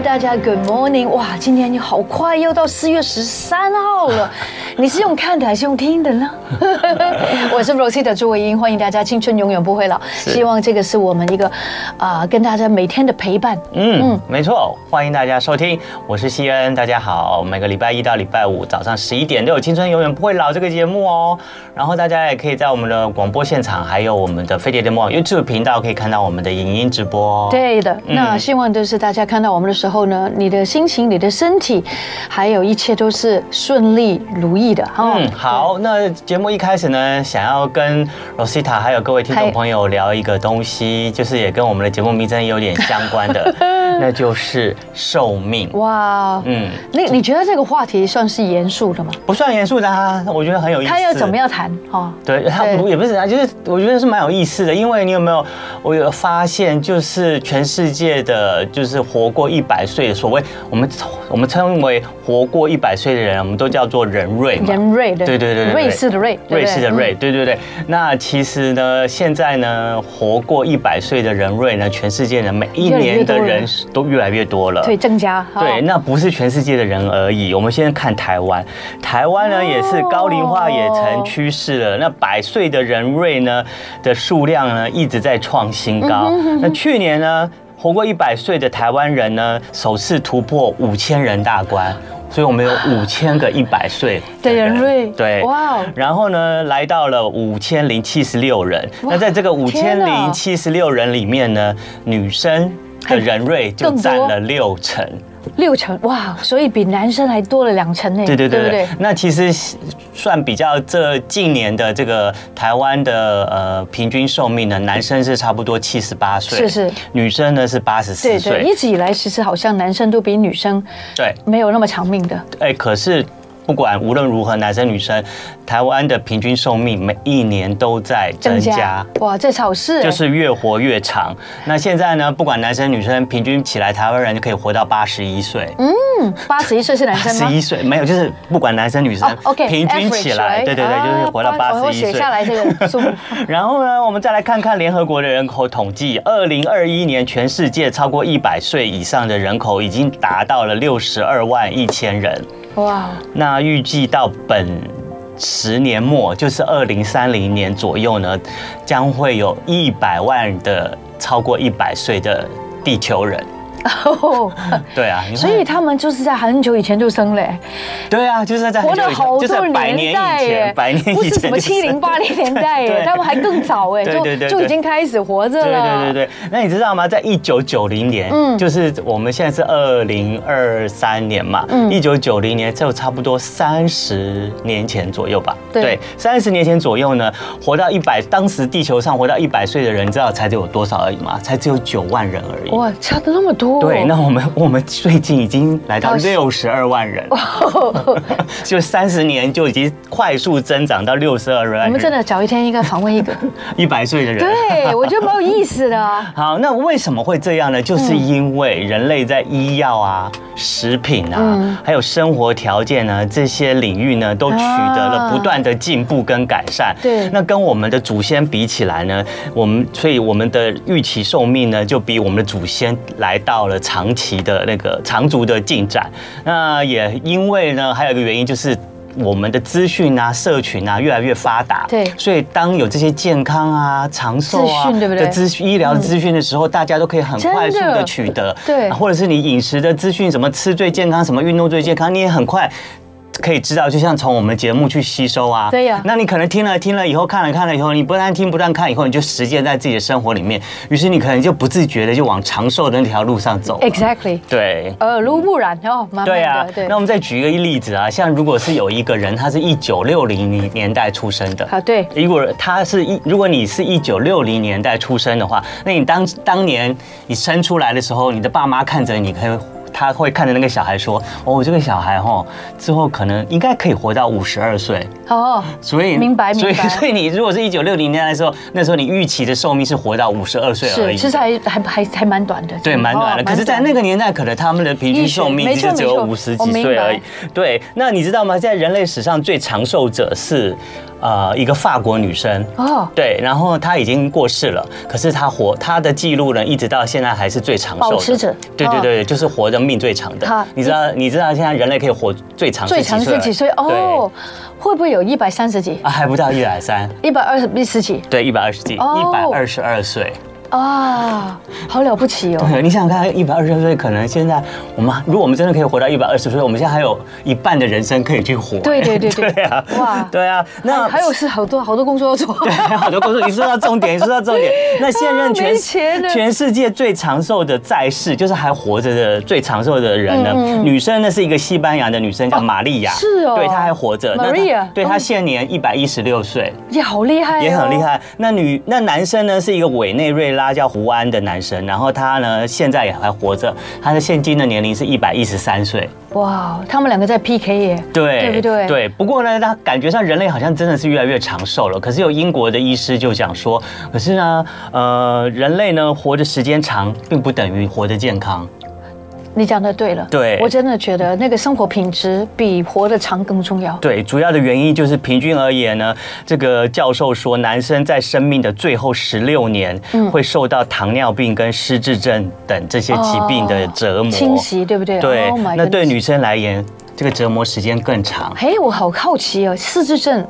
大家 Good morning！哇，今天你好快，又到四月十三号 了。你是用看的还是用听的呢？ 我是 Rosita 朱维英，欢迎大家，青春永远不会老。希望这个是我们一个啊、跟大家每天的陪伴。嗯，没错，欢迎大家收听，我是西恩，大家好。每个礼拜一到礼拜五早上十一点都有《青春永远不会老》这个节目哦。然后大家也可以在我们的广播现场，还有我们的飞碟联盟网 YouTube 频道，可以看到我们的影音直播。，对的，嗯那希望就是大家看到我们的时候呢，你的心情、你的身体，还有一切都是顺利如意的哈。嗯，好。那节目一开始呢，想要跟 Rosita 还有各位听嗨众朋友聊一个东西，就是也跟我们的节目名称有点相关的， 那就是寿命。哇，嗯，你你觉得这个话题算是严肃的吗？不算严肃的啊，我觉得很有意思。他要怎么样谈哈？对，他对也不是啊，就是我觉得是蛮有意思的，因为你有没有，我有发现，就是全世界的，就是活过一百岁的所谓我们我们称为活过一百岁的人，我们都叫做人瑞嘛。人瑞的，对对对对对瑞士的瑞，对不对瑞士的瑞，嗯对对对。那其实呢，现在呢，活过一百岁的人瑞呢，全世界呢，每一越来越年的多了人都越来越多了。对郑家，哈呃对，那不是全世界的人而已。我们现在看台湾，台湾哦呢也是高龄化也成趋势了。那百岁的人瑞呢的数量呢一直在创新高。嗯那去年呢，活过一百岁的台湾人呢，首次突破五千人大关。所以我们有五千个一百岁的人瑞对，哇哇哦，然后呢，来到了五千零七十六人。哇那在这个五天啊千哪零七十六人里面呢，女生的人瑞就更多占了六成。六成哇，所以比男生还多了两成呢，对对对不对嗯对？那其实算比较这呃近年的这个台湾的呃平均寿命呢，男生是差不多七十八岁，是是，女生呢是八十对四对，岁一，直以来其实好像男生都比女生对，没有那么长命的，哎，可是。不管无论如何，男生女生，台湾的平均寿命每一年都在增加，哇，这是好事哎，就是越活越长。那现在呢，不管男生女生，平均起来，台湾人就可以活到八十一岁。嗯八十一岁是男生十吗？一岁没有，就是不管男生女生哦，OK，平均起 average，来， right？对对对，啊就是活到八八我十一写岁下。来这个数目，然后呢，我们再来看看联合国的人口统计，二零二一年全世界超过一百岁以上的人口已经达到了六十二万一千人。哇，那预计到本十年末，就是二零三零年左右呢，将会有一百万的超过一百岁的地球人。 哦对啊，你看所以他们就是在很久以前就生哎嘞，对啊，就是在很活久了以前好就多在百年年代以耶前，，百年以前不是什么就是七零八零年代耶 对，他们还更早哎，对对就对就对已经开始活着了。对对对对，那你知道吗？在一九九零年，嗯就是我们现在是二零二三年嘛，嗯一九九零年就差不多三十年前左右吧。对三十年前左右呢，活到一百，当时地球上活到一百岁的人，你知道才有多少而已吗？才只有九万人而已。哇，差的那么多。哦对，那我们 我们最近已经来到到十六十二万人， 就三十年就已经快速增长到六十二万人， 我们真的找一天应该访问一个，一百岁的人。 对我觉得蛮有意思的啊。好，那为什么会这样呢？嗯就是因为人类在医药啊、食品啊，嗯还有生活条件呢这些领域呢，都取得了不断的进步跟改善。对那跟我们的祖先比起来呢，我们所以我们的预期寿命呢，就比我们的祖先来到了长期的那个长足的进展。那也因为呢，还有一个原因就是。我们的资讯啊、社群啊越来越发达，对所以当有这些健康啊、长寿啊资讯对不对的资讯、医疗资讯的时候，大家都可以很嗯真的快速的取得，对或者是你饮食的资讯，什么吃最健康，什么运动最健康，你也很快。可以知道，就像从我们节目去吸收啊，对呀那你可能听了听了以后，看了看了以后，你不但听不但看以后，你就实践在自己的生活里面，于是你可能就不自觉的就往长寿的那条路上哎走了。 Exactly，对，耳濡目染哦，慢慢对啊的，那我们再举一个例子啊，像如果是有一个人，他是一九六零年代出生的，啊对如果他是一，如果你是一九六零年代出生的话，那你当当年你生出来的时候，你的爸妈看着你可以。他会看着那个小孩说：“哦，这个小孩哈，之后可能应该可以活到五十二岁。”哦，所以明白所以明白所以你如果是一九六零年代的时候，那时候你预期的寿命是活到五十二岁而是，已。其实还还还还蛮短的，对，蛮短的。哦可是，在那个年代，可能他们的平均寿命医学就只有没错五没十错几岁而已我明。对，那你知道吗？在人类史上最长寿者是，呃，一个法国女生。哦，对，然后她已经过世了，可是她活她的记录呢，一直到现在还是最长寿的。保持者对对哦对，就是活的命最长的好。你知道你知道现在人类可以活最长是最长是而已几岁？哦，会不会有一百三十几、啊，还不到一百三。一百二十十几对，一百二十几，一百哦二十二岁。 啊？好了不起哦！对，你想想看，一百二十岁，可能现在我们如果我们真的可以活到一百二十岁，我们现在还有一半的人生可以去活。对对对对 对啊，哇对啊，那哎还有是好多好多工作要 做，对，好多工作，你说到重点，你说到重 点。那现任啊没全钱了全世界最长寿的在世，就是还活着的最长寿的人呢，嗯女生呢是一个西班牙的女生叫玛利亚，是哦对，她还活着。那她 Maria，对，她嗯现年一百一十六岁。也好厉害、哦，也很厉。害。那女那男生呢是一个委内瑞拉叫胡安的男生，然后他呢现在也还活着，他的现今的年龄是一百一十三岁。哇，他们两个在 PK 耶，对，对不对？，对，不过呢，他感觉上人类好像真的是越来越长寿了。可是有英国的医师就讲说，可是呢，呃，人类呢活的时间长，并不等于活得健康。你讲的对了。对我真的觉得那个生活品质比活得长更重要。对，主要的原因就是平均而言呢，这个教授说，男生在生命的最后十六年嗯会受到糖尿病跟失智症等这些疾病的折磨。侵袭，对不对？嗯对 Oh my 那对 goodness 女生来言，这个折磨时间更长。嘿，我好好奇哦，失智症，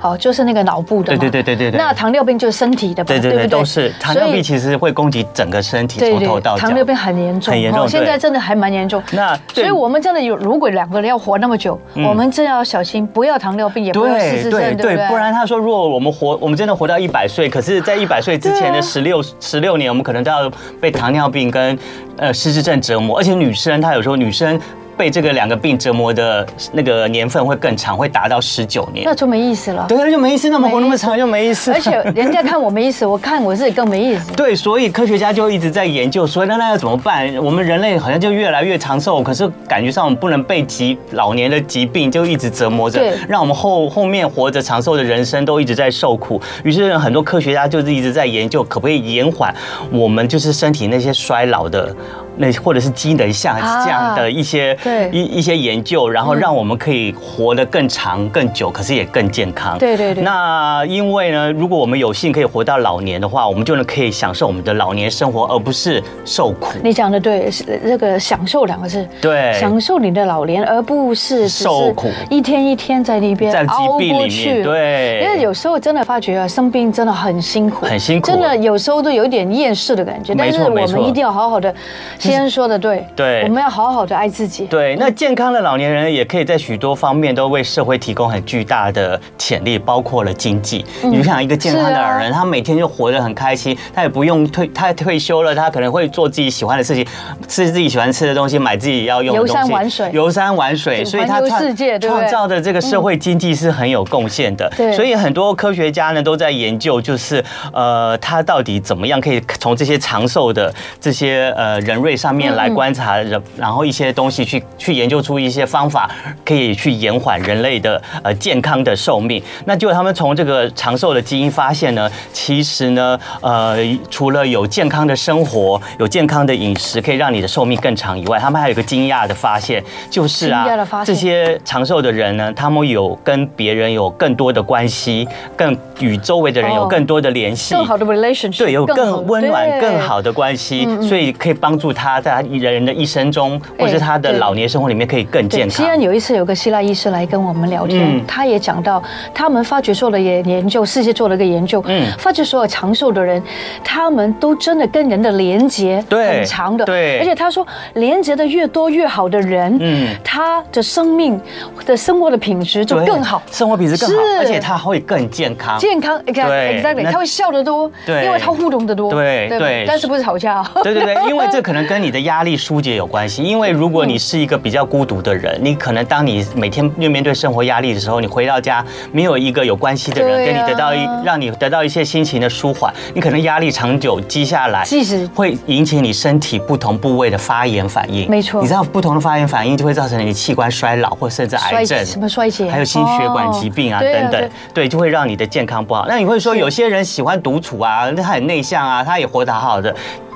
好就是那个脑部的嘛，对对对对对对那糖尿病就是身体的吧，对对不对，都是糖尿所病以其实会攻击整个身体，对从头到对，脚。糖尿病很严重，很严重哦现在对真的还蛮严重。那所对嗯以我们真的有，如果两个人要活那么久，我们真的要小心，不要糖尿病，也不要失对智症，对不对？不然他说，如果我们活，我们真的活到一百岁，可是，在一百岁之啊前的十六十六年，我们可能都要被糖尿病跟呃失智症折磨，而且女生她有时候女生被这个两个病折磨的那个年份会更长，会达到十九年那。就没意思了。对，那就没意思，那么活那没么意思长就没意思。而且人家看我没意思，我看我自己更没意思。对，所以科学家就一直在研究，所以那那要怎么办？我们人类好像就越来越长寿，可是感觉上我们不能被疾老年的疾病就一直折磨着对，让我们后后面活着长寿的人生都一直在受苦。于是很多科学家就是一直在研究，可不可以延缓我们就是身体那些衰老的。那或者是机能下啊降的一些、对嗯一一些研究，然后让我们可以活得更长、更久，可是也更健康。对对对那因为呢，如果我们有幸可以活到老年的话，我们就能可以享受我们的老年生活，而不是受苦。你讲的对，是那个享受两个字，对享受你的老年，而不是只是受苦一天一天在那边在疾熬病过里去。面，对，因为有时候真的发觉啊，生病真的很辛苦，很辛苦真的有时候都有点厌世的感觉。没但错是我没们错一定要好好的，先生说的对，对我们要好好的爱自己。对，那健康的老年人也可以在许多方面都为社会提供很巨大的潜力，包括了经济。嗯你想一个健康的老人，他每天就活得很开心，他也不用退，他退休了，他可能会做自己喜欢的事情，吃自己喜欢吃的东西，买自己要用的东西，游山玩水游山玩水，所以他环游创世界对不对嗯创造的这个社会经济是很有贡献的。对所以很多科学家呢都在研究，就是呃，他到底怎么样可以从这些长寿的这些呃人类上面来观察人，然后一些东西去去研究出一些方法，可以去延缓人类的呃健康的寿命。那就他们从这个长寿的基因发现呢，其实呢，呃，除了有健康的生活、有健康的饮食可以让你的寿命更长以外，他们还有一个惊讶的发现，就是啊惊讶的发，现这些。这些长寿的人呢，他们有跟别人有更多的关系，更与周围的人有哦更多的联系。更好的 relationship，对，有好更温暖、对更好的关系，所以可以帮助他在他人的一生中，或者是他的对老年生活里面可以更对，健西康。安有一次有个希腊医师来跟我们聊天，嗯他也讲到他们发觉做了研研究，世界做了一个研究，嗯发觉所有长寿的人，他们都真的跟人的连接对很长的，对而且他说连接的越多越好的人，嗯他的生命的生活的品质就对更好。生活品质更好，是而且他会更健康。健康对，exactly，那他会笑得多，对因为他互动得多，对吧对但是不是吵架啊？对对对，因为这可能跟你的压力疏解有关系。因为如果你是是一个比较孤独的人，你可能当你每天面面对生活压力的时候，你回到家没有一个有关系的人对跟啊你得到一让你得到一些心情的舒缓，你可能压力长久积下来，即使会引起你身体不同部位的发炎反应。没错你知道不同的发炎反应就会造成你器官衰老或甚至癌衰症。什么衰竭，还有心血管疾病啊哦对等等，对，就会让你的健康不好。那你会说有些人喜欢独处啊，那他很内向啊，他也活得好好的。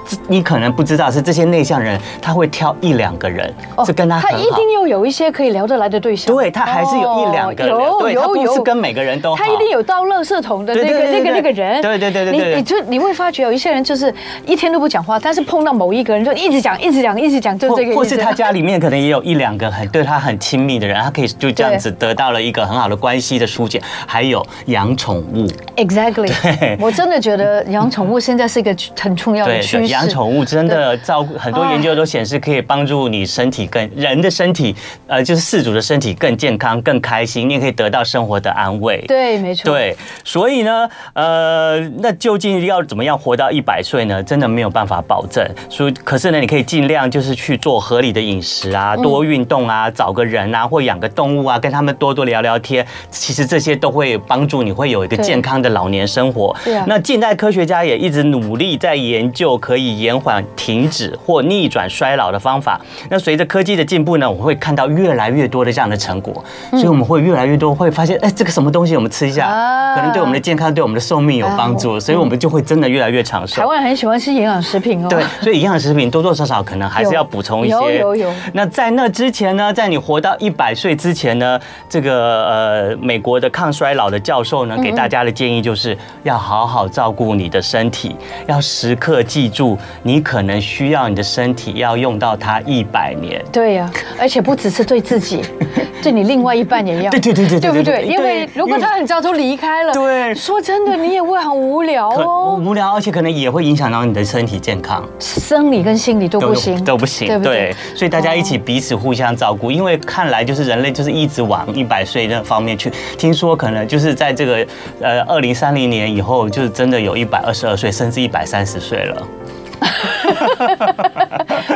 这你可能不知道是这些内向人，他会挑一两个人，哦 是跟他他很一好。定要有一些可以聊得来的对象，对他还是有一两个人，哦对有他有不是有，跟每个人都好。他一定有到垃圾桶的那对个对对那个对那个人，对对对对对你对你就你会发觉有一些人就是一天都不讲话，但是碰到某一个人就一直讲一直讲一直讲，就或这个意思或是他家里面可能也有一两个很对他很亲密的人，他可以就这样子得到了一个很好的关系的疏解。还有养宠物， exactly，我真的觉得养宠物现在是一个很重要的对，趋对势，养宠物真的照顾，很多研究都显示可以帮助你身体更人的身体，呃，就是饲主的身体更健康、更开心，你也可以得到生活的安慰。对，没错，对，所以呢，呃，那究竟要怎么样活到一百岁呢？真的没有办法保证。所以，可是呢，你可以尽量就是去做合理的饮食啊，嗯多运动啊，找个人啊，或养个动物啊，跟他们多多聊聊天。其实这些都会帮助你会有一个对健康的老年生活。对啊那近代科学家也一直努力在研究可以延缓、停止或逆转衰老的方法。那随着科技的进步呢，我们会看到越来越多的这样的成果，嗯所以我们会越来越多会发现，哎，这个什么东西我们吃一下，啊可能对我们的健康、对我们的寿命有帮助，所以我们就会真的越来越长哦台寿。湾很喜欢吃营养食品哦，对，所以营养食品多多少少可能还是要补充一些。有有有那在那之前呢，在你活到一百岁之前呢，这个呃美国的抗衰老的教授呢，给嗯大家的建议就是要好好照顾你的身体，要时刻记住你可能需要你的身体要用到它一百年。对呀、而且不只是对自 己，对你另外一半也要。对对对对对不对对？对对因为如果他很早就离开了，对说真的，你也会很无聊可嗯哦，无聊，而且可能也会影响到你的身体健康。生理跟心理都不行，都不行，对哦对不对？所以大家一起彼此互相照顾，因为看来就是人类就是一直往一百岁那方面去。听说可能就是在这个呃二零三零年以后，就是真的有一百二十二岁，甚至一百三十岁了。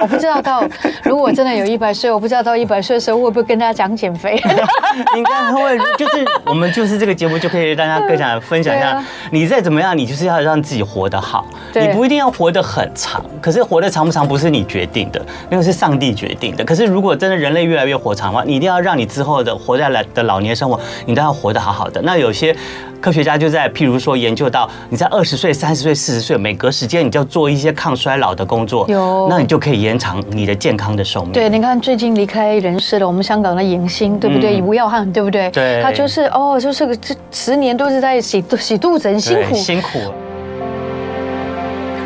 我不知道到如果真的有一百岁，我不知道到一百岁的时候会不会跟大家讲减肥。嗯 应该会，就是我们就是这个节目就可以让大家更想分享一对下啊，你再怎么样，你就是要让自己活得好，对你不一定要活得很长，可是活得长不长不是你决定的，那个是上帝决定的。可是如果真的人类越来越活长的话，你一定要让你之后的活下来的老年生活，你都要活得好好的。那有些科学家就在譬如说研究到，你在二十岁、三十岁、四十岁，每隔时间你就要做一些抗衰老的工作有，那你就可以延长你的健康的寿 命。对，你看最近离开人世的我们香港的影星，对不对？吴耀汉，对不对？嗯对他就是哦，就是个这十年都是在洗肚洗肚子，很辛对，苦。辛苦了。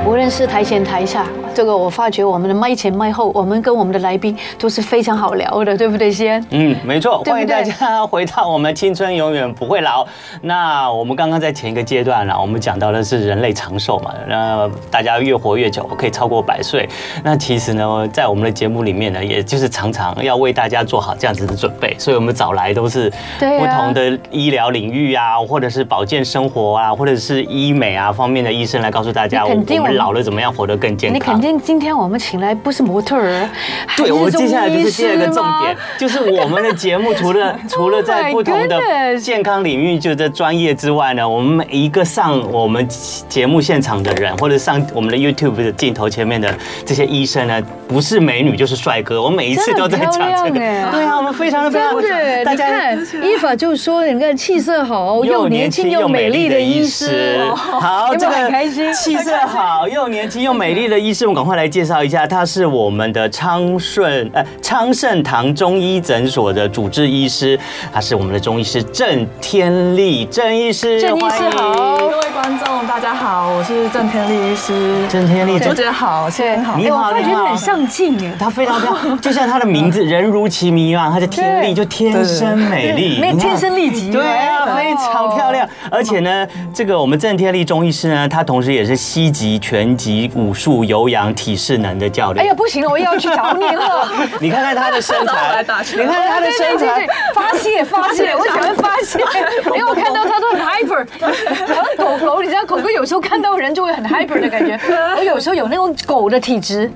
无论是台前台下，这个我发觉我们的麦前麦后，我们跟我们的来宾都是非常好聊的，对不对，西安？嗯，没错，对不欢迎对大家回到我们青春永远不会老。 那我们刚刚在前一个阶段啦，我们讲到的是人类长寿嘛，那大家越活越久，可以超过百岁。那其实呢，在我们的节目里面呢，也就是常常要为大家做好这样子的准备，所以我们找来都是对啊不同的医疗领域啊，或者是保健生活啊，或者是医美啊方面的医生来告诉大家，你我肯定我们我们老了怎么样活得更健你康。肯定今天我们请来不是模特儿，啊对，我还们接下来就是第二个重中医师点吗，就是我们的节目 除了除了在不同的 Oh my goodness 健康领域，就在专业之外呢，我们每一个上我们节目现场的人，或者上我们的 YouTube 的镜头前面的这些医生呢，不是美女就是帅哥，我每一次都在讲真的这很个漂亮哎，对啊，我们非常的非常真的，大你家看。伊法就说，你看气色好又又年年轻轻又又美美丽丽的的医医师师，，有好，没这有很开个心，气色很开心。好又年轻又美丽的医师，我们赶快来介绍一下，他是我们的昌顺呃昌盛堂中医诊所的主治医师，他是我们的中医师郑天立郑医师，郑医师好欢迎各位观众，大家好，我是郑天立医师。郑天立周姐好，谢谢好。你哎好我发觉你你好很上镜耶。他非常 非常，就像他的名字“人如其名”一样，他的天对力就天生美丽，没有你看天生丽质对哦啊，非常漂亮。而且呢，这个我们郑天立中医师呢，他同时也是西级、拳击、武术、有氧、体适能的教哎练呀，。不行了，我又要去找你 了。你看看他 的身材，你看看他的身材，发 泄发泄，我喜欢发泄，因为我看到他都很 hyper，好像狗狗，你知道狗狗为有时候看到人就会很 hyper 的感觉。我有时候有那种狗的体 质，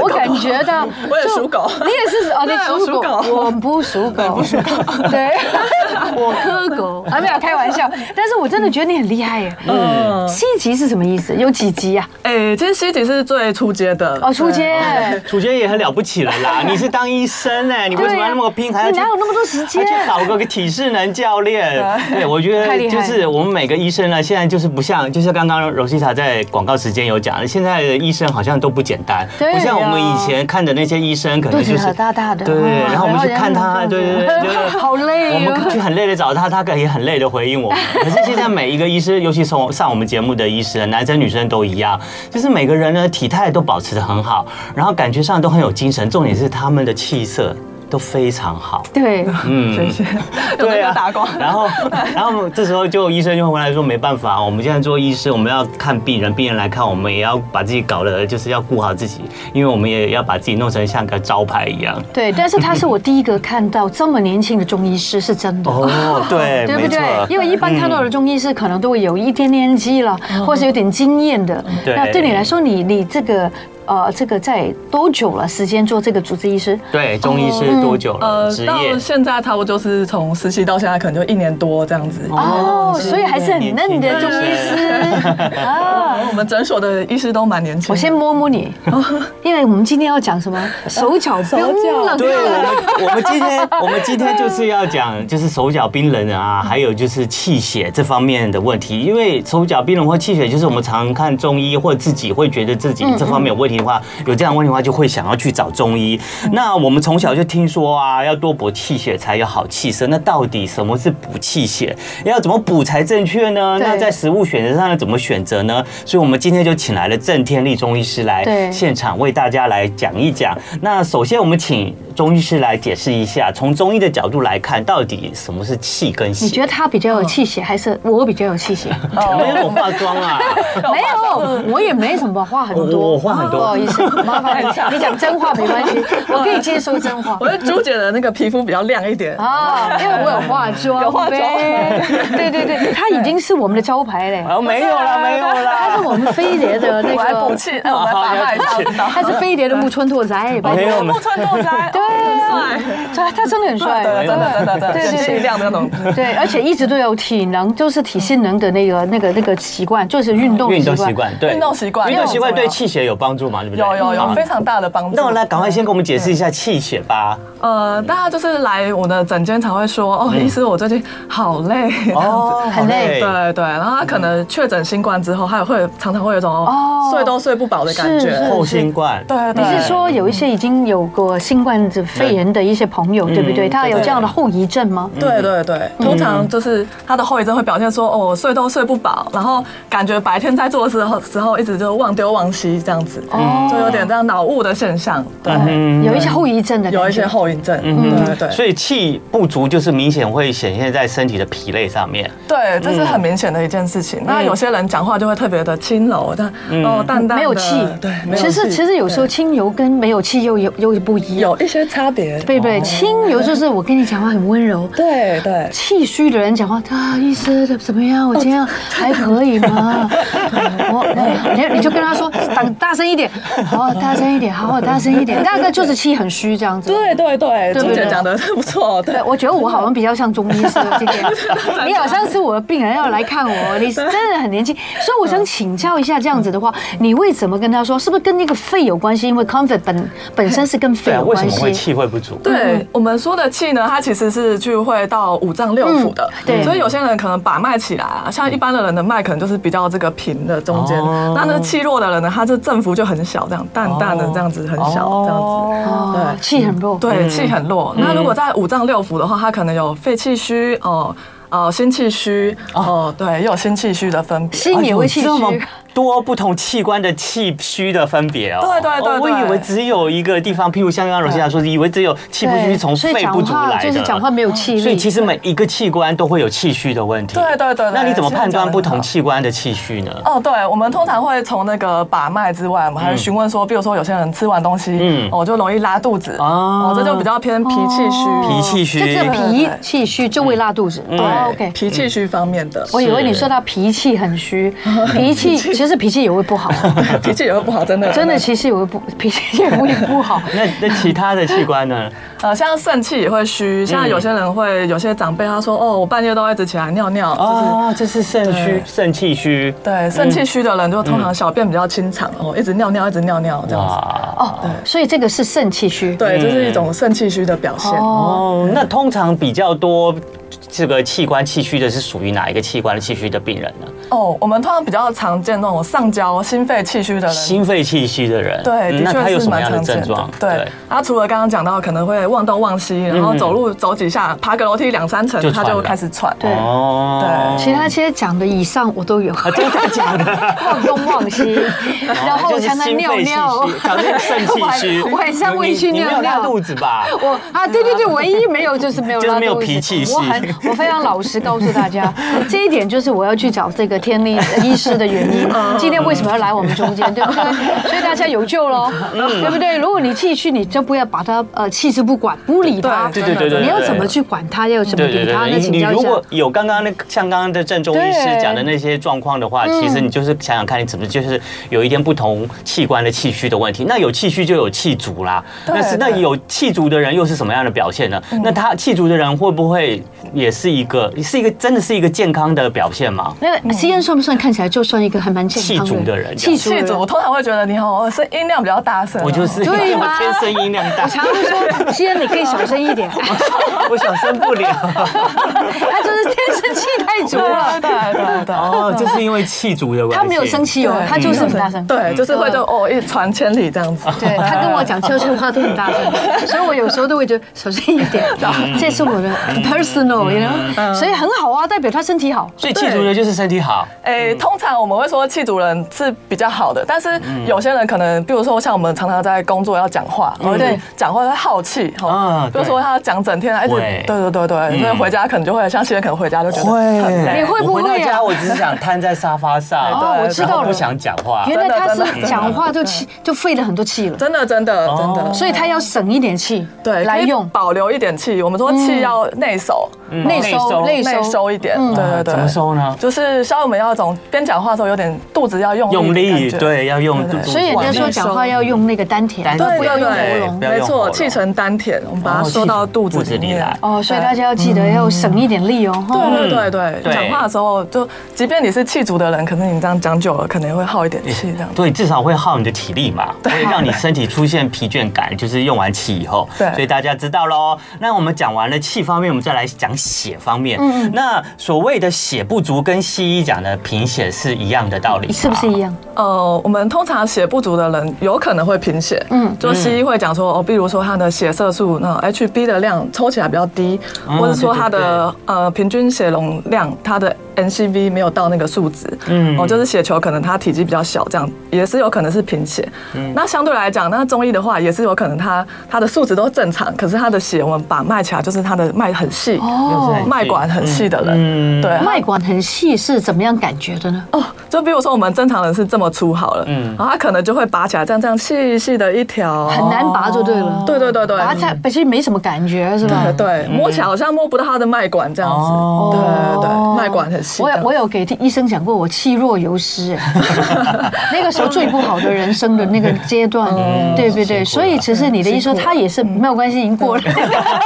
我感觉到我也就属狗你也是哦，你对我属狗，属狗我不属狗，不属狗， 对，我科狗啊，没有开玩笑，但是我真的觉得你很厉害耶。嗯，七级是什么意思？有几级呀？哎，其实西体是最初阶的哦，初阶。楚娟也很了不起了啦，你是当医生哎，你为什么要那么拼，还要啊你去哪有那么多时而间且？搞个体适能教 练，对我觉啊太厉得害就是我们每个医生呢，啊现在就是不像，就像刚刚柔西塔在广告时间有讲的，现在的医生好像都不简单，对不像我啊们以前看的那些医生，可肚能子就是很大大的，对嗯然后我们去人看他很对对壮对对对好累我哦。们去很累的找他，他可以很累的 回应我们。可是现在每一个医师，尤其从上我们节目的医师，男生女生都一样，就是每个人呢体态都保持得很好，然后感觉上都很有精神，重点是他们的气色都非常好。对，嗯，谢谢，有那对个啊，打光。 然后，然后这时候就医生就回来说没办法，我们现在做医师，我们要看病人，病人来看，我们也要把自己搞得就是要顾好自己，因为我们也要把自己弄成像个招牌一样。对，但是他是我第一个看到这么年轻的中医师，是真的。哦， 对，对不没对错。？因为一般看到的中医师可能都会有一点年纪了，或是有点经验的。嗯对那对你来说，你你这个呃，这个在多久了时间做这个主治医师？对，中医是多久了？职哦嗯呃到业？现在差不多就是从实习到现在，可能就一年多这样子。哦，所以还是很嫩的年轻中医师啊。 我们诊所的医师都蛮年轻的。我先摸摸你，哦因为我们今天要讲什么手脚冰冷， 对，我们我们今天我们今天就是要讲，就是手脚冰冷啊，还有就是气血这方面的问题。因为手脚冰冷或气血，就是我们常看中医或自己会觉得自己这方面有问题的话，有这样的问题的话，就会想要去找中医。那我们从小就听说啊，要多补气血才有好气色。那到底什么是补气血？要怎么补才正确呢？对那在食物选择上要怎么选择呢？所以我们今天就请来了郑天立中医师来对现场为大家来讲一讲。那首先我们请中医师来解释一下，从中医的角度来看，到底什么是气跟血？你觉得他比较有气血，还是我比较有气血？我没有化妆啊？ 没 有，我也没什么话很多，我我话很多不好意思，麻烦 你，你讲真话没关系，我可以接受真 话。我觉得朱姐的那个皮肤比较亮一点。啊，因为我有化妆，有化妆呗对对对，他已经是我们的招牌嘞，啊，没有 啦，没有他是啦。我们飞碟的那 我来个补，气，哎，我来把脉一下，我知道。 他是飞碟的木村拓哉，拜没托有没木村拓哉，对，哦很帅，他他真的很帅，对，真的真的真的，对对眼睛一亮的那种。对，而且一直都有体能，就是体性能的那个、那个、那个习惯，就是运动运动习。惯，对，运动习惯运动习惯运动习惯对气血有帮助嘛？对不对？有有有好非常大的帮助。那我来，赶快先给我们解释一下气血吧。呃，大家就是来我的诊间才会说，哦，医师，我最近好累。嗯哦，很累对对，然后他可能确诊新冠之后，他也会常常会有一种哦哦睡都睡不饱的感是觉。后新冠，对啊你对，是说有一些已经有过新冠子肺炎的一些朋友，对不嗯对？他有这样的后遗症吗？对对对，嗯通常就是他的后遗症会表现说，哦，我睡都睡不饱，然后感觉白天在做的时候时候一直就忘丢忘西这样子，就有点这样脑雾的现象。对，哦嗯哦有一些后遗症的感觉，有一些后遗症。对对所以气不足就是明显会显现在身体的疲累上面。对，这是很明显的一件事情。那有些人讲话就会特别的轻柔，但哦淡淡的没有气。对，没有其实气其实有时候轻柔跟没有气又有又不一样，有哦一些差别。对不对？轻柔就是我跟你讲话很温柔，对对，气虚的人讲话啊，医师怎么哦样？我今天还可以 吗？我你你就跟他说，大大声一点，好大声一点，好大声一点，大概就是气很虚这样子。对对对，对不朱姐对讲的 不错。对对，，我觉得我好像比较像中医师今 天，你好像是我的病人要来看我，你真的很年轻，所以我想请教一下，这样子的话，嗯你会怎么跟他说？是不是跟那个肺有关系？因为 COVID 本本身是跟肺对啊，有为什关么会系。气会不足？嗯对我们说的气呢，它其实是去会到五脏六腑的，嗯对所以有些人可能把脉起来啊，像一般的人的脉可能就是比较这个平的中间，哦那那气弱的人呢，他这振幅就很小，这样淡淡的这样子很小，这样子。哦，对气很弱。对，气很弱。嗯那如果在五脏六腑的话，它可能有肺气虚哦哦。哦，心气虚哦，对，也有心气虚的分别。心也会气虚 啊哎呦这么多不同器官的气虚的分别哦。对对对哦我对以为只有一个地方，譬如像刚刚罗西亚说，以为只有气不虚对是从所以肺讲不足话来的，就是讲话没有气力所以其实每一个器官都会有气虚的问题。对对对对那你怎么判断不现在讲得很同好器官的气虚呢？哦，对，我们通常会从那个把脉之外，我嗯们还会询问说，比如说有些人吃完东西，嗯嗯，哦，就容易拉肚子，啊哦，这就比较偏脾气虚，脾气虚哦嗯这是对脾对气虚就会拉肚子。哦对，OK。脾气虚方面的，我以为你说他脾气很虚，脾气其实脾气也会不 好，脾气也会不好，真 的真的其实也会不脾气也会不好。那那其他的器 官呢？呃，像肾气也会虚，像嗯有些人会，有些长辈他说，哦，我半夜都一直起来尿尿，哦就是。啊，这是肾虚对、肾气虚。对，肾嗯气虚的人就通常小便比较清长哦，一直尿尿，一直尿尿这样子。哇哦，所以这个是肾气虚。对，嗯这是一种肾气虚的表现。哦，哦，那通常比较多这个器官气虚的是属于哪一个器官的气虚的病人呢？哦，我们通常比较常见那种上焦、心肺气虚的人，心肺气虚的人，对，嗯那的他有什确么是蛮样的常见症的状？对，他除了刚刚讲到可能会忘东忘西，然后走路走几下，爬个楼梯两三层嗯就，他喘就了开始喘。对哦，啊其他这些讲的以上我都有，真的假的？ 哦忘东忘西，然后常常尿尿就是心肺气虚，常见肾气 虚，晚晚上胃去你你没尿有拉尿。肚子吧？我啊，对对对，唯一没有就是没有就是没有拉肚子脾气我是很，我非常老实告诉大家，这一点就是我要去找这个天力医师的原因。嗯今天为什么要来我们中间，对不对？所以大家有救喽，嗯对不对？如果你气虚，你就不要把它呃弃之不管，不理它。对对对对对你要怎么去管它，要怎么对对理它？对那对，请你教一如下。果有刚刚那像刚刚的郑中医师对讲的那些状况的话，其实你就是想想看，你怎么就是有一点不同器官的气虚的问题。那有气虚就有气足啦，对那是那对有气足的人又是什么样的表现呢？那他气足的人会不会也是一个是一个真的是一个健康的表现吗？那个吸烟算不算看起来就算一个还蛮健康气足的人气足的气人足，我通常会觉得你好，声音量比较大声啊。我就是因对为我吗天生音量大我，常常说吸烟你可以小声一点， 我想生不了。他就是天生气太足对了。对对对。 哦，就是因为气足的问题。他没 有生气哦，对他就是很大声。对，就是嗯会就哦一传千里这样子。 对他跟我讲悄悄话都很大声，所以我有时候都会觉得小心一点，嗯这是我的 personal，you know，所以很好啊，代表他身体好。所以气足的就是身体好。诶，通常我们会说气主人是比较好的，但是嗯有些人可能，比如说像我们常常在工作要讲话，或者对讲话会耗气，嗯啊哈，比如说对嗯他讲整天啊一直，会对对对对，所以回家可能就会像现在可能回家就觉得很累你会不我回到会啊家，？我只是想瘫在沙发上，哦我知道了然后不想讲话。原来他真的嗯真是的讲话就气就费了很多气了，真的真的真哦的，所以他要省一点气，对来可以用保留一点气。我们说气要内收，嗯内收内呃内嗯内收。收一嗯点，对对啊怎么对。收呢？就是稍微我们要总边讲话的时候有点肚子要用用力力，的感觉，对，要用对肚对子对所以人家往说内讲话要用那个丹田，对不要用喉对对咙不。要没用喉错，咙气沉丹田，我们把它哦缩到肚子肚子里里面来。哦，所以大家要记得要省一点力哦。哈对对对对对，讲话的时候就，即便你是气足的人，可能你这样讲久了，可能会耗一点气这样子。对，至少会耗你的体力嘛，会让你身体出现疲倦感，就是用完气以后。对所以大家知道喽。那我们讲完了气方面，我们再来讲血方面。嗯，那所谓的血不足，跟西医讲的贫血是一样的道嗯理吗，是不是一样？呃，我们通常血不足的人有可能会贫血，嗯，就西医会讲说，哦，比如说他的血色素那 HB 的量抽起来比较低，嗯或者说他对对的呃平均血容量，他的 NCV 没有到那个数值，嗯，哦，就是血球可能它体积比较小，这样也是有可能是贫血。嗯那相对来讲，那中医的话也是有可能他他的数值都正常，可是他的血我们把脉起来就是他的脉很细，哦很细嗯脉管很细的人，对，脉管很细是怎么样感觉的呢？哦，就比如说我们正常人是这么粗好了，嗯嗯，然后他可能就会拔起来，这样这样细细的一条，哦很难拔就对了。对对对对，拔起来其实没什么感觉，是吧对？对，摸起来好像摸不到他的脉管这样子，哦对对哦对，脉管很细我的。有我有给医生讲过，我气若游 丝，哎那个时候最不好的人生的那个阶段，嗯对对对，辛苦所了以其实你的医生他也是没有关系，已经过了。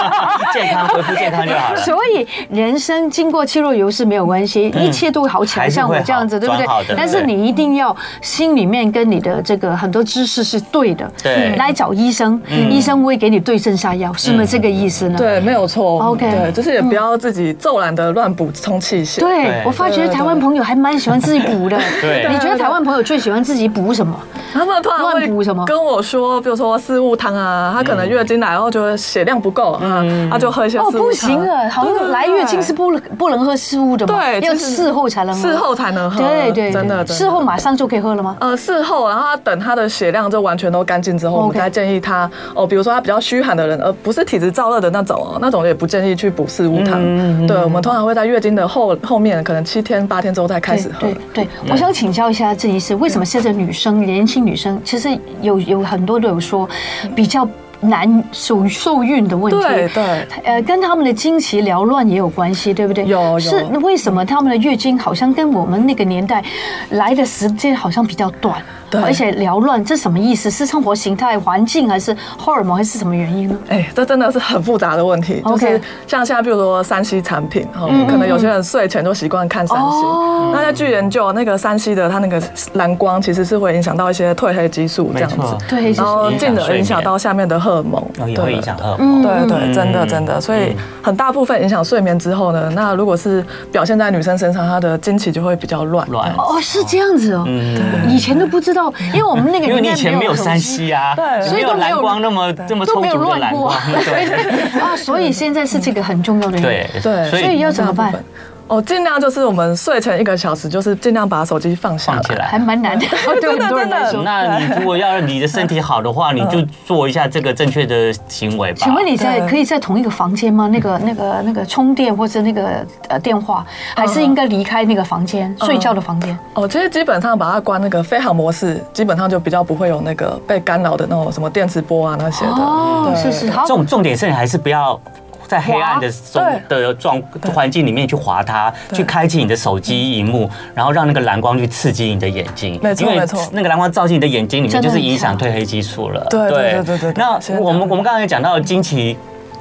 健康恢嗯复健康就好了。 所以人生经过气若游丝没有关系，一切都会好起来，嗯还是像我会这样子，好对不对转好的？但是你一定要心里面跟你的这个很多知识是对的，对嗯来找医生，医生会给你对症下药，是不是这个意思呢？对，没有错。哦 OK 嗯对，就是也不要自己骤然的乱补充气血。对我发觉台湾朋友还蛮喜欢自己补的。对你觉得台湾朋友最喜欢自己补什么？他们突然乱补什么会跟我说，比如说四物汤啊，他可能月经来，然后觉得血量不够啊，他就喝一些哦，四物不汤行。啊，好对对像对来月经是不能不能喝四物的嘛，对，要就是事后才能喝。事后才能喝，对对，真的，真的事后马上就可以喝了吗？呃，事后，然后他等他的血量就完全都干净之后，我们 OK 再建议他哦，比如说他比较虚寒的人，呃，不是体质燥热的那种哦，那种也不建议去补四物嗯汤。对，我们通常会在月经的后后面，可能七天八天之后再开始喝对。对对，我想请教一下郑医师，为什么现在女生年轻女生其实有有很多都有说比较难受受孕的问题？对对，呃，跟他们的经期缭乱也有关系，对不对？有有是那为什么他们的月经好像跟我们那个年代来的时间好像比较短，对而且缭乱，这什么意思？是生活形态、环境，还是荷尔蒙，还是什么原因呢？哎、这真的是很复杂的问题。就 OK 嗯是像现在，比如说三 C 产品，哦，可能有些人睡前就习惯看三 C 哦。那在据研究，那个三 C 的它那个蓝光其实是会影响到一些褪黑激素这样没子错，褪黑激素然后进而哦影响到下面的荷尔蒙，然后哦也会影响荷呃尔嗯蒙。对对，真的嗯真的，所以很大部分影响睡眠之后呢，那如果是表现在女生身上，她的经期就会比较乱。乱哦，是这样子哦，嗯以前都不知道，因为我们那个因为年你代以前没有手机三 C 啊，对你所以没都有没有蓝光那么这么都充没有足的乱蓝过 光，对啊，所以现在是这个很重要的原因。对对所所以以要怎么办？哦，尽量就是我们睡前一个小时，就是尽量把手机放下哦放起。来还。蛮难的，对很多人呃来说。那你如果要你的身体好的嗯话，你就做一下这个正确的行为吧。请问你在对可以在同一个房间吗？那个、那个、那个充电或者那个呃电话，还是应该离开那个房间睡觉的房间？哦，其实基本上把它关那个飞行模式，基本上就比较不会有那个被干扰的那种什么电磁波啊那些的。哦，对是是，好，重重点是你还是不要在黑暗的中的状环境里面去划它，对嗯去开启你的手机荧幕，然后让那个蓝光去刺激你的眼睛，没错因为没错那个蓝光照进你的眼睛里真面，的就很是影响褪黑激素了。对对对对对对那先我们讲我们刚才也讲到惊奇。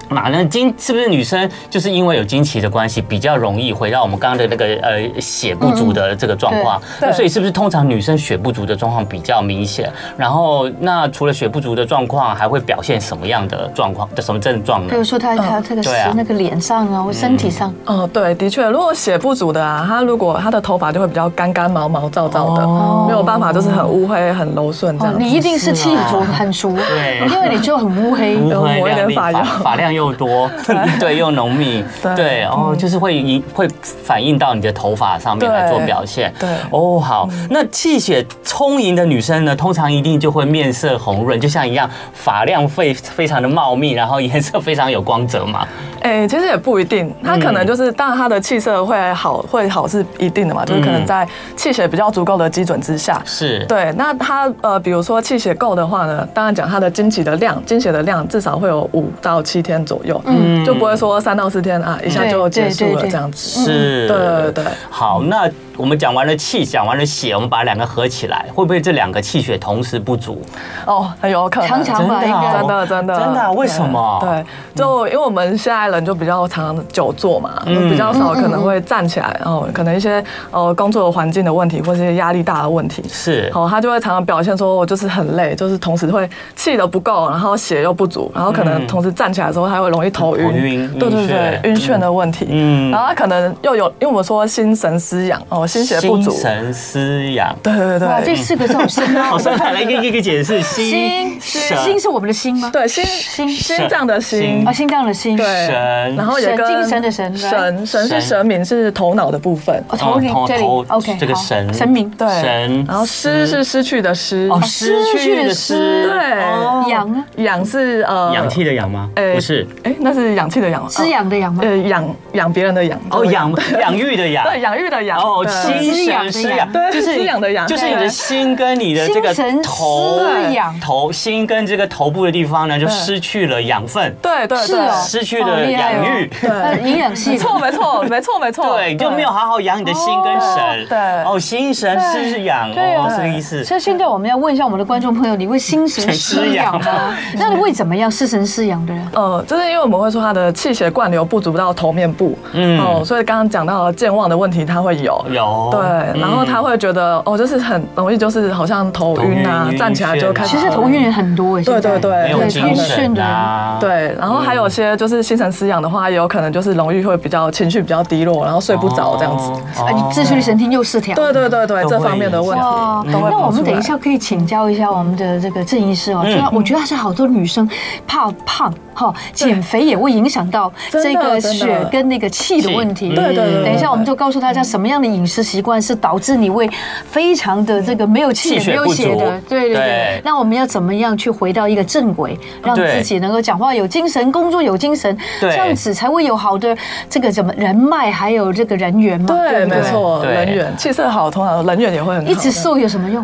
嘛，那经是不是女生就是因为有经期的关系，比较容易回到我们刚刚的那个呃血不足的这个状况？嗯对那所以是不是通常女生血不足的状况比较明显？然后那除了血不足的状况，还会表现什么样的状况？的什么症状比呢如？说他他这个是对啊那个脸上啊，或身体上，哦，对，的确，如果血不足的啊，她如果她的头发就会比较干干毛毛躁躁的，哦没有办法，就是很乌黑、很柔顺这哦样，子。你一定是气足很足，对嗯因为你就很乌黑。乌黑抹一亮点丽发发油发量又 多，对，又浓密，对嗯对，然后就是会影会反映到你的头发上面来对做表现。对哦，好，那气血充盈的女生呢，通常一定就会面色红润，就像一样，发量非非常的茂密，然后颜色非常有光泽嘛。哎、其实也不一定，他可能就是，当然他的气色会好，会好是一定的嘛，就是可能在气血比较足够的基准之下。是，对，那他呃，比如说气血够的话呢，当然讲他的经期的量，经血的量至少会有五到七天左右，嗯，就不会说三到四天啊，一下就结束对对了对这样子。是，嗯对对对好，那我们讲完了气，讲完了血，我们把两个合起来，会不会这两个气血同时不足？哦，很有可能。常常吧应该真的真的真的啊为什么？对，对就因为我们现在人就比较常久坐嘛，比较少可能会站起来，哦，可能一些呃工作环境的问题，或是压力大的问题，是，哦，他就会常常表现说，我就是很累，就是同时会气的不够，然后血又不足，然后可能同时站起来的时候，他会容易头嗯头晕晕，对对晕对眩，晕眩的问题。嗯然后他可能又有，因为我们说心神失养哦，心血不足，心神失 养。对对哇，这对对，四个字好深啊！好，所以来一个一个解释，心心心神是我们的心吗？对心心心脏的心啊，，心脏的心，对神，然后也神跟精神的神来神神是神神明，是头脑的部分，哦，头顶头这里头，OK，这个好神神明，对，神然后失是失去的失，哦，失失去去的失的失，对哦养啊，氧是呃氧，气的氧吗？哎不是，哎，那是氧气的氧，滋养的养吗？呃养养别人的养，哦， 养养育的养，对养育的养，哦，对心神滋失养养，对就是滋养的养就是你对的心跟你的这个心神头失养头心跟这个头部的地方呢，就失去了养分，对对是对，哦失去好了厉害养哦 育。呃营养系没错 没错没错没错，对，就没有好好养你的心跟神。对哦，心神失养，对哦啊，是这个意 思。所以现在我们要问一下我们的观众朋友，你会心神失养吗？那你会怎么样失神失养的人？呃，就是因为我们会说它的气血灌流不足到头面部，嗯，哦，所以刚刚讲到了健忘的问题，它会有。有对，然嗯后他会觉得哦，就是很容易，就是好像头晕啊头晕，站起来晕眩就啊开始其头实晕。同运人很多哎，对现在对对没有对精晕眩神的人。啊，，对，然后还有些就是心神失养的话，也有可能就是容易会比较情绪比较低落，然后睡不着这样子。哦啊，你自律神经又失调。对对对对，都这会方面的问题嗯哇，都会那我跑出们等一来。下可以请教一下我们的这个郑医师哦，嗯就我觉得还是好多女生怕胖哈，减肥也会影响到真的这个真的血跟那个气的问题。气嗯对对对对等一下我们就告诉大家什么样的饮食习惯是导致你会非常的这个没有气也气血没有血不足的。对对对对。那我们要怎么样去回到一个正轨，让对自己能够讲话有精神，工作有精神，对这样子才会有好的这个怎么人脉，还有这个人缘嘛。对，不没错，对人缘气色好，通常人缘也会很好。一直瘦有什么用？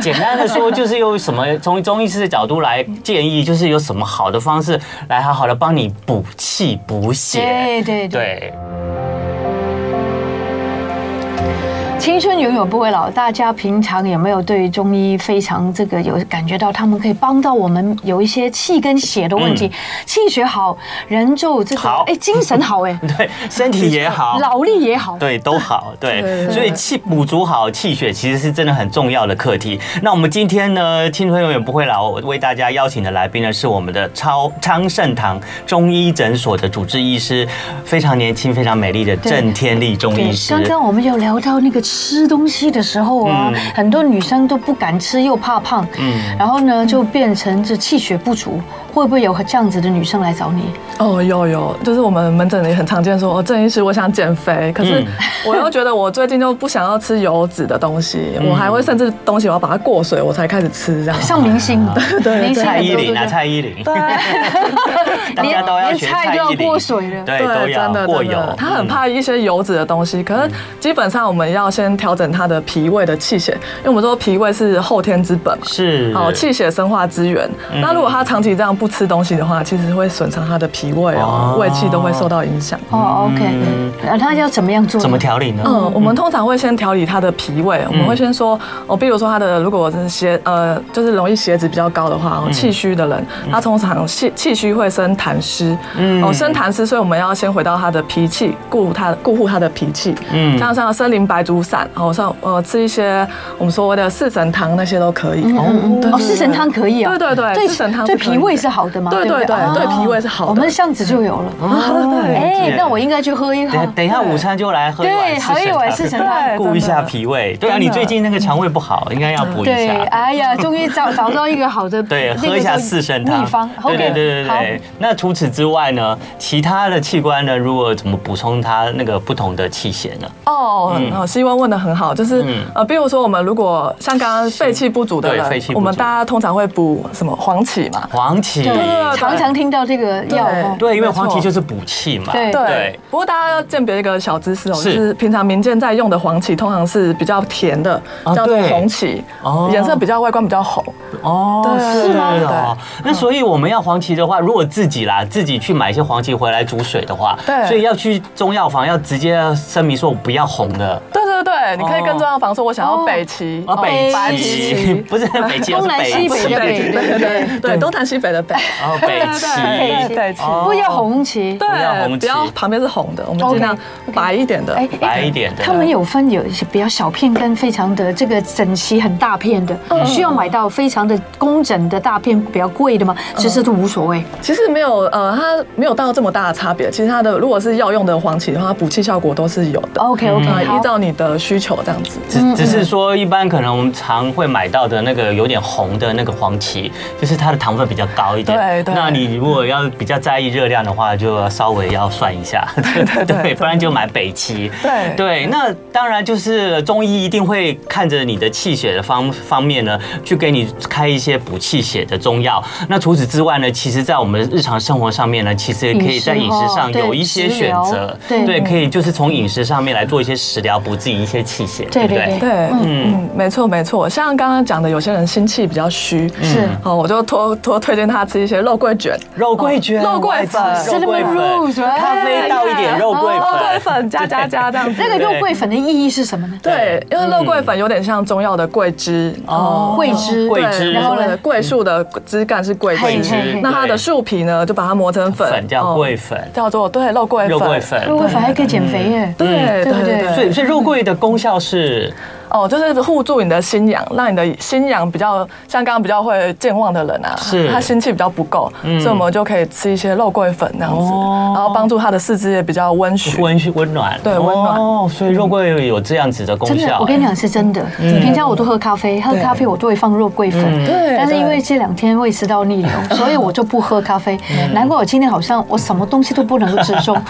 简单的说，就是有什么 从中医师的角度来建议，就是有什么好的方式来好好的帮你补气补血。对对对，对，青春永远不会老。大家平常有没有对中医非常这个有感觉到他们可以帮到我们有一些气跟血的问题？气血好，人就这个嗯好哎精神好哎，对，身体 也好，脑力也好。对，都好，对，对所以气补足好气血，其实是真的很重要的课题。那我们今天呢，青春永远不会老，我为大家邀请的来宾呢是我们的超昌盛堂中医诊所的主治医师，非常年轻、非常美丽的郑天丽中对医，师刚。刚我们有聊到那个吃东西的时候嗯啊，很多女生都不敢吃，又怕胖，然后呢就变成这气血不足，会不会有这样子的女生来找你？哦，有有，就是我们门诊也很常见说，哦，郑医师，我想减肥，可是嗯 我又觉得我最近就不想要吃油脂的东西，我还会甚至东西我要把它过水，我才开始吃这样。像明星， 对明星啊蔡很依多林都啊，是蔡依林，对大家都要连学菜蔡都要依林，过水了对，哎都真要的过真油的，，他很嗯怕一些油脂的东西。可是基本上我们要先调整他的脾胃的气血，因为我们说脾胃是后天之本嘛。是好，气血生化之源。那如果他长期这样不吃东西的话，其实会损伤他的脾胃哦哦，胃气都会受到影响。哦，OK，那他要怎么样做呢？嗯怎么调理呢？嗯，我们通常会先调理他的脾胃，我们会先说，哦，比如说他的如果是血呃，就是容易血脂比较高的话，哦，气虚的人，他通常气气虚会生痰湿，哦，生痰湿，所以我们要先回到他的脾气，顾他顾护他的脾气，嗯，像像参苓白术散，哦，像呃吃一些我们所谓的四神汤那些都可以，哦，对哦，四神汤可以啊，对对对四神汤对是可以脾胃的是好的嘛，对不对对哦对脾胃是好的我们巷子就有了，哎，那我应该去喝一等喝。等一下，午餐就来喝一碗啊对，喝一碗 四神汤对。顾一下脾胃。对啊，真的你最近那个肠胃不好，应该要补一对，下。哎呀，终于找找到一个好的对，那个喝一下叫四神汤秘方。。对 OK，对对对好对。那除此之外呢，其他的器官呢，如果怎么补充它那个不同的气血呢？哦，哦，希望问的很好，就是嗯呃，比如说我们如果像刚刚肺气不足的对肺人气，不足我们大家通常会补什么黄芪嘛？黄芪，对常常听到这个药哦，对，因为没错黄芪就是补气嘛。对对，不过大家要鉴别一个小知识哦，就是是平常民间在用的黄芪通常是比较甜的啊，叫做对红芪哦，颜色比较外观比较红。哦，对是对对哦。那所以我们要黄芪的话，如果自己啦，自己去买一些黄芪回来煮水的话，对所以要去中药房要直接声明说我不要红的，对对对，你可以跟中药房说，我想要北芪，啊，哦哦北白 极芪芪，不是北极，东是南西北北极的北，对对对，东南西北的北，哦，北对极。北芪。不要红旗。对不要红，不旗要旁边是红的，我们尽量 OK，OK 白一点的。白一点的哎他们有分有一些比较小片跟非常的这个整齐很大片的，嗯需要买到非常的工整的大片比较贵的吗？嗯其实都无所谓。其实没有，呃，它没有到这么大的差别。其实它的如果是药用的黄芪的话，它补气效果都是有的。 OK OK，呃哦好依。照你的需求这样子。只只是说，一般可能我们常会买到的那个有点红的那个黄芪，就是它的糖分比较高一点。对对那你如果要比较在意热量的话，就要稍微要算一下。对对对不然就买北芪。对对，那当然就是中医一定会看着你的气血的方方面呢，去给你开一些补气血的中药。那除此之外呢，其实，在我们日常生活上面呢，其实也可以在饮食上饮食哦有一些对选食疗择，对可以就是从饮食上面来做一些食疗，补自己一一些气血，对不对对对，嗯，没错没错。像刚刚讲的，有些人心气比较虚，嗯是好，我就多多推荐他吃一些肉桂卷、肉桂卷、肉桂粉肉桂 Cinnamon 哎 rolls，粉，咖啡倒一点肉桂肉桂粉， 粉加加加这样子那。个肉桂粉的意义是什么呢？对，因为肉桂粉有点像中药的桂枝哦桂枝，桂对枝然然后后呢呢，桂树的枝干是桂嘿枝，嘿嘿那它的树皮呢，就把它磨成粉，粉叫哦桂粉叫做对肉桂粉，肉桂，粉。肉桂粉还可以减肥耶。对对对不对对所对，以，所以肉桂的功效是哦，就是护住你的心阳，让你的心阳比较像刚刚比较会健忘的人啊，是嗯他心气比较不够，所以我们就可以吃一些肉桂粉那样子，哦然后帮助他的四肢也比较温煦。温温暖，对温暖哦，所以肉桂有这样子的功真的，效欸嗯我。跟你讲是真的。平常我都喝咖啡，喝咖啡我都会放肉桂粉。对但是因为这两天胃食道逆 流，所以我就不喝咖啡。嗯难怪我今天好像我什么东西都不能够吃 中，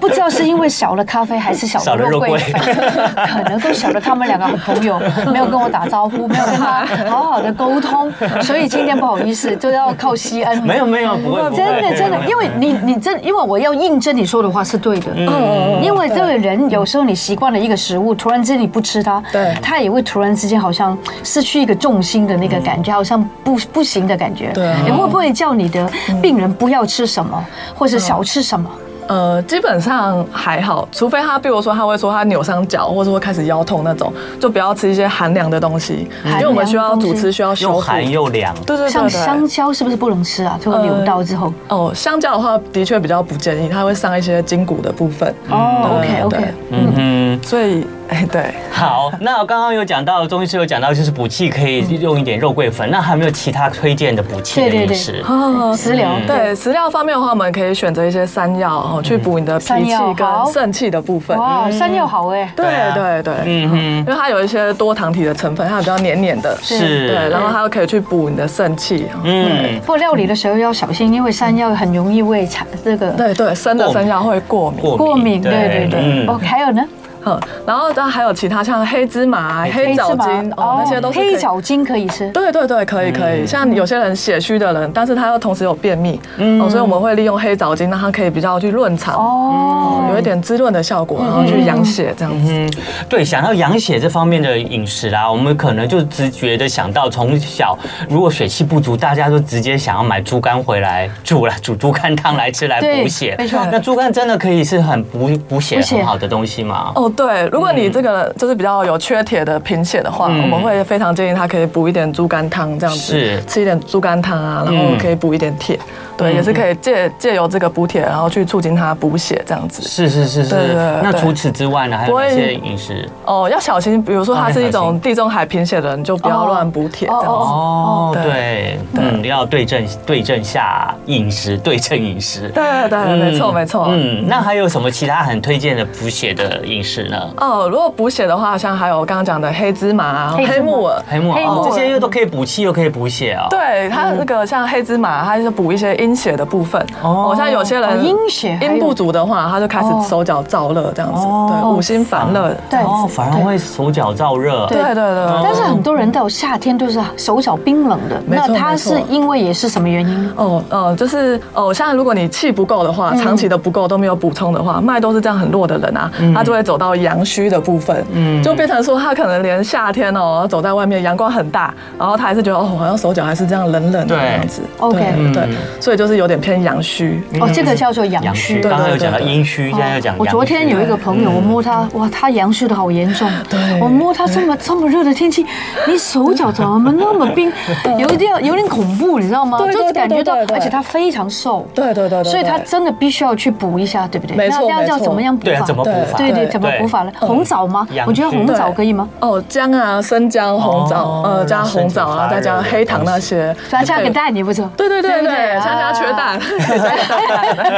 不知道是因为少了咖啡还是少少了了肉肉桂桂粉， 可能都少了他们两个好朋友，没有跟我打招呼，没有跟他好好的沟通，所以今天不好意思，就要靠西安。没有没有，不会不会，哦真的真的，因 为你你真，因为我要印证你说的话是对的，嗯，因为这个人有时候你习惯了一个食物，突然之间你不吃它，对它也会突然之间好像失去一个重心的那个感觉，好像不不行的感觉，嗯对啊你会不会叫你的病人不要吃什么，或是少吃什么？呃，基本上还好，除非他，比如说他会说他扭伤脚，或者会开始腰痛那种，就不要吃一些寒凉的东西，因为我们需要主吃需要修又复。嗯寒又凉。对对对像对香蕉是不是不能吃啊？就扭到之后，哦，香蕉的话的确比较不建议，它会伤一些筋骨的部分。哦，OK 嗯对 OK，嗯哼，所以，哎，对，好，那我刚刚有讲到，中医师有讲到，就是补气可以用一点肉桂粉，那还有没有其他推荐的补气对的对饮对食？哦食疗对食疗方面的话，我们可以选择一些山药哦，去补你的嗯山脾气药好跟肾气的部分。哇，山药好哎，对对啊对对，嗯哼，因为它有一些多糖体的成分，它比较黏黏的，是，对，然后它又可以去补你的肾气。哦嗯，不过料理的时候要小心，因为山药很容易胃产这个对对，生的山药会过敏。过敏，对对嗯对。哦，还有呢？嗯，然后当然还有其他像黑芝麻、黑是枣吗精哦，那些都是可以黑枣精可以吃。对对对，可以可以。像有些人血虚的人，但是他又同时有便秘，哦，所以我们会利用黑枣精，让他可以比较去润肠，哦，嗯有一点滋润的效果，然后去养血这样子。嗯，对，想到养血这方面的饮食啦，我们可能就直觉的想到，从小如果血气不足，大家都直接想要买猪肝回来煮啦，煮猪肝汤来吃来补对血。没错那猪肝真的可以是很补补血补血很好的东西吗？哦，对，如果嗯你这个就是比较有缺铁的贫血的话，我们会非常建议他可以补一点猪肝汤这样子，是吃一点猪肝汤啊，然嗯后可以补一点铁，对，也是可以借借由这个补铁，然后去促进他补血这样子。是是是是对对对。那除此之外呢，还有不哪会些饮食？哦，要小心，比如说哦他是要小心一种地中海贫血的人，就不要哦乱补铁哦这样哦子。哦，对对，嗯，要对症对症下饮食，对症饮食。对对对，嗯没错没错。嗯，那还有什么其他很推荐的补血的饮食呢？哦，如果补血的话，像还有刚刚讲的黑芝麻啊、黑芝麻黑木耳。黑木耳黑木哦耳这些又都可以补气，又可以补血哦。对它那个像黑芝麻，它就是补一些阴血的部分。哦哦，像有些哦人阴血还有阴不足的话，他就开始哦手脚燥热这样子，哦对，五心烦热。对哦，反而会手脚燥热。对对对。但是很多人到夏天都是手脚冰冷的，哦没那错他没错是因为也是什么原因呢？哦，呃，就是哦，像如果你气不够的嗯话，长期的不够都没有补充的话，脉都是这样很弱的人啊，嗯他就会走到阳虚的部分，嗯，就变成说他可能连夏天哦走在外面阳光很大，然后他还是觉得哦好像手脚还是这样冷冷的对这样子 OK 对对嗯，所以就是有点偏阳虚，哦，这个叫做阳阳虚，虚。哦对刚刚有讲到对阴虚，现在又讲阳虚。嗯我哦昨天有一个朋友，我摸他，哇，他阳虚的好严重。对我摸他这么这么热的天气，你手脚怎么那么 冰？有一点有点恐怖，你知道吗？对对就是感觉到对对，对而且他非常瘦，对对对对，所以他对真的必须要去补一下，对不对？没错那要没要错怎么样补对啊，法？怎么补法？对对，对嗯怎么补法呢？红枣吗阳？我觉得红枣可以吗？哦姜啊生姜红枣哦，呃加让身红枣体发啊，热再加黑糖那些，反正加个蛋也不错。对对对对，像加缺啊蛋，加个蛋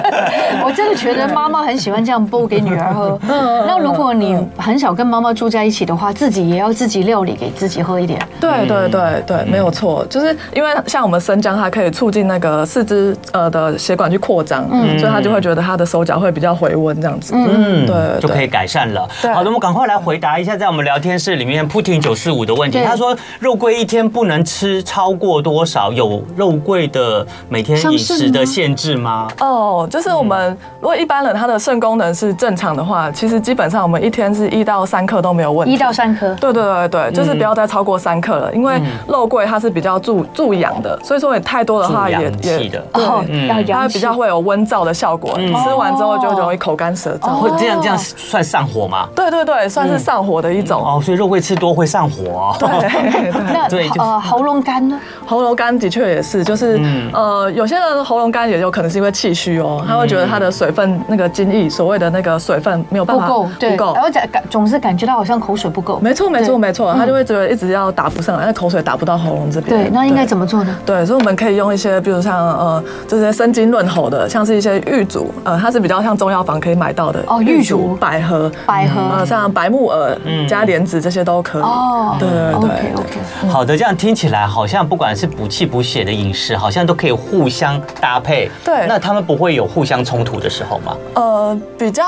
我真的觉得妈妈很喜欢这样煲给女儿喝。嗯那如果你很少跟妈妈住在一起的话，自己也要自己料理给自己喝一点。 对对嗯对对，没有错，就是因为像我们生姜，它可以促进那个四肢呃的血管去扩张，所以他就会觉得他的手脚会比较回温这样子。嗯，对，就可以对。改善了。对好的，我们赶快来回答一下，在我们聊天室里面，Putin 九四五的问题，对他说肉桂一天不能吃超过多少？有肉桂的每天生饮食的吗限制吗？哦，就是我们嗯如果一般人他的肾功能是正常的话，其实基本上我们一天是一到三克都没有问题。一到三颗。对对对对，就是不要再超过三克了，嗯因为肉桂它是比较助助氧的，所以说你太多的啊话助也阳气也的哦，嗯要它阳比气较会有温燥的效果，吃完之后就容易口干舌哦燥。会这样这样算上火吗？对对对，算嗯是上火的一种。哦，所以肉桂吃多会上火哦。 对对那对就是呃，喉咙干呢？喉咙干的确也是，就是、嗯呃，有些人喉咙干也有可能是因为气虚哦，嗯他会觉得他的水分那个津液，所谓的那个水分没有办不法够，对，不够然后感感总是感觉到好像口水不够。没错没对嗯错没错，他就会觉得一直要打不上来，那口水打不到喉咙这边。对，那应该对怎么做呢？对，所以我们可以用一些，比如像呃，这些生津润喉的，像是一些玉竹，呃，它是比较像中药房可以买到的哦玉竹百合、百合嗯呃，像白木耳、加莲子这些都可以。哦对对对。 ，OK OK， 好的，这样听起来好像不管是补气补血的饮食，好像都可以互相搭配。对那他们不会有互相冲突的时候吗？呃，比较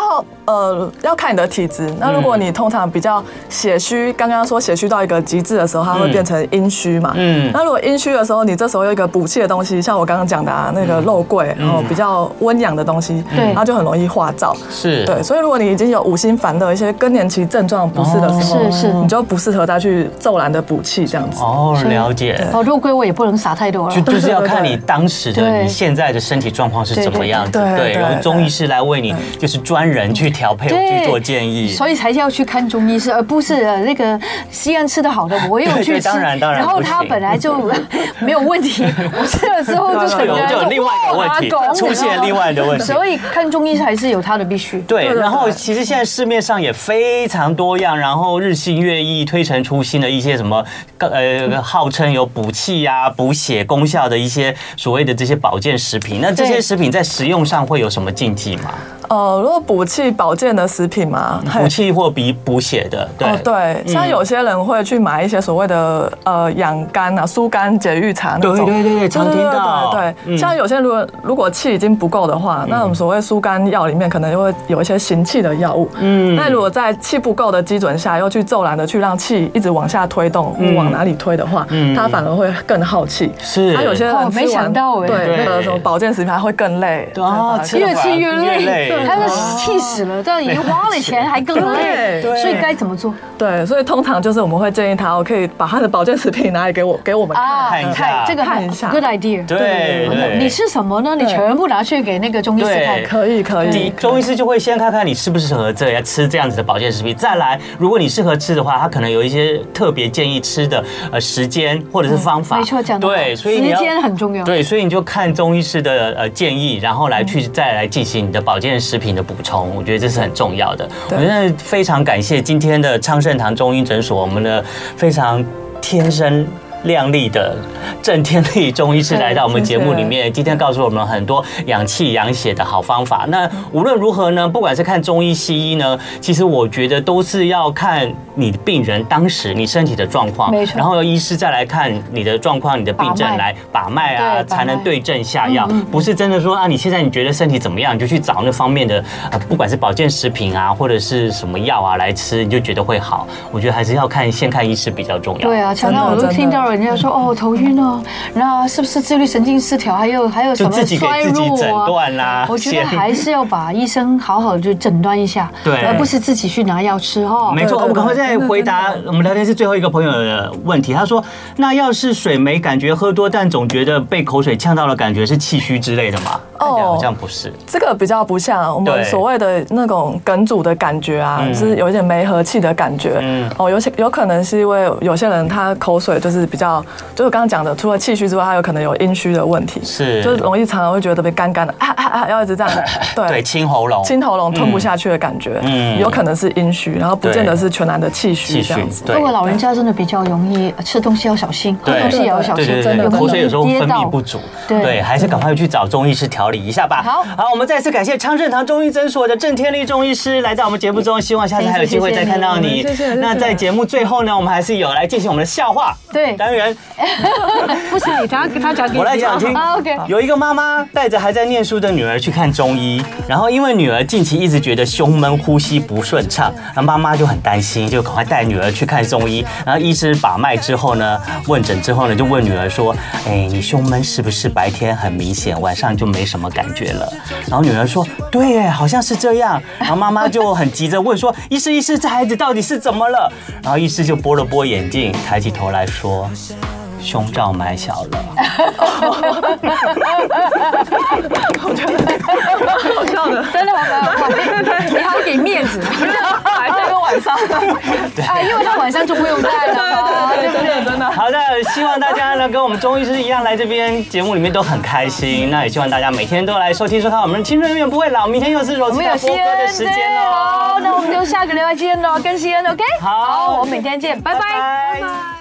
呃，要看你的体质。那如果嗯你通常比较血虚，刚刚说血虚到一个极致的时候，它会变成阴虚嘛。嗯嗯。那如果阴虚的时候，你这时候有一个补气的东西，像我刚刚讲的、啊、那嗯个肉桂，然后比较温养的东西，对它就很容易化燥。是，对，所以如果你已经有五心烦的一些更年期症状不适的时候，是是你就不适合再去骤然的补气这样子。哦，是了解。哦，肉桂我也不能撒太多了就。 就是要看你当时的对你现在的身体状况是怎么样子，对对对，对对由中医师来为你就是专人去调 配对去做建议，所以才要去看中医师，而不是呃那个西安吃的好的，我有对去对吃，当然当然然后不行他本来就 没有问题，我吃了之 后就对整就个有人就有另外一个问题哇拱出现另外的问题。所以看中医还是有他的必须。对，对对然后对其实现在市面上也非常多样，然后日新月异、推陈出新的一些什么，呃，号称有补气呀、补血功效的一些所谓的这些保健食品。那这些对食品在食用上会有什么禁忌吗？呃，如果补气保健的食品嘛，嘿补气或比补血的，对、嗯哦，对，像有些人会去买一些所谓的呃养肝啊、疏肝解郁茶那种。对对对对常听到对对对嗯对，像有些如果如果气已经不够的话，那我们所谓疏肝药里面可能就会有一些行气的药物。嗯，那如果在气不够的基准下，又去骤然的去让气一直往下推动，或往哪里推的话，它反而会更耗气。嗯是它有些人哦吃没想完到欸对对那个什么保健食品，它会更累。对哦吃因了为越吃越越累累，他是气死了，但已经花了钱 还更累，对所以该怎么做对，所以通常就是我们会建议他，我哦可以把他的保健食品拿来给我给我们看。看一下啊这个看很一下 good idea。对对对你吃什么呢？你对全部拿去给那个中医师看对。可以可以。第一，中医师就会先看看你适不适合这样吃这样子的保健食品，再来，如果你适合吃的话，他可能有一些特别建议吃的呃时间或者是方法。没错，讲得好对，所以你时要间很重要。对，所以你就看中医师的呃建议，然后来嗯去再来进行你的保健食品的补充，我觉得这是很重要的。我对真的非常感谢今天的昌盛堂中医诊所，我们的非常天生。亮丽的郑天丽中医师 来到我们节目里面，今天告诉我们很多养气养血的好方法。嗯那无论如何呢，不管是看中医西医呢，其实我觉得都是要看你病人当时你身体的状况，没错然后医师再来看你的状况、你的病症把脉来把脉对啊，把脉才能对症下药，嗯不是真的说啊，你现在你觉得身体怎么样，你就去找那方面的，呃，不管是保健食品啊，或者是什么药啊来吃，你就觉得会好。我觉得还是要看先看医师比较重要。对啊，常常我都听到人家说哦头晕哦，那是不是自律神经失调？还有还有什就么自己给衰自己弱诊啊？断啦，我觉得先还是要把医生好好的诊断一下，对而不是自己去拿药吃哦。没错，对对我赶快再真的回答我们聊天室最后一个朋友的问题。他说：“那要是水没感觉喝多，但总觉得被口水呛到了，感觉是气虚之类的吗？”哦看起来好像不是。这个比较不像我对们所谓的那种梗阻的感觉啊，就是有一点没和气的感觉。嗯哦，有些有可能是因为有些人他口水就是比较，就是我刚刚讲的，除了气虚之外，他有可能有阴虚的问题，是就是容易常常会觉得特别干干的，啊啊啊，要一直这样， 对，对。清喉咙，清喉咙吞不下去的感觉，嗯有可能是阴虚，然后不见得对是全然的气气虚虚这样子。。对如果老人家真的比较容易吃东西要小心，喝对东西也要小对心，对对对，容易口水有时候跌分倒泌不足，对对，还是赶快去找中医师调理一下吧。好好，我们再次感谢昌盛堂中医诊所的郑天丽中医师来到我们节目中，希望下次还有机会再看到你谢谢谢谢。那在节目最后呢，我们还是有来进行我们的笑话，对来男人。哎不行，你他他讲给你我来讲听啊，OK 有一个妈妈带着还在念书的女儿去看中医，然后因为女儿近期一直觉得胸闷、呼吸不顺畅，那妈妈就很担心，就赶快带女儿去看中医。然后医师把脉之后呢，问诊之后呢，就问女儿说：“哎，你胸闷是不是白天很明显，晚上就没什么感觉了？”然后女儿说：“对耶，好像是这样。”然后妈妈就很急着问说：“医师，医师，这孩子到底是怎么了？”然后医师就拨了拨眼镜，抬起头来说。胸罩买小了，好笑的，真的好蛮好玩，你还要给面子， 还在一 个晚上，啊，因为到晚上就不用带了嘛，对，真的真的。好的，希望大家呢跟我们中医师一样来这边节目里面都很开心。那也希望大家每天都来收听收看我们的《青春永远不会老》，明天又是柔我姿们大有播歌的时间好，喽。那我们就下个礼拜见喽，跟西恩 OK，好我们明天见，拜拜。拜拜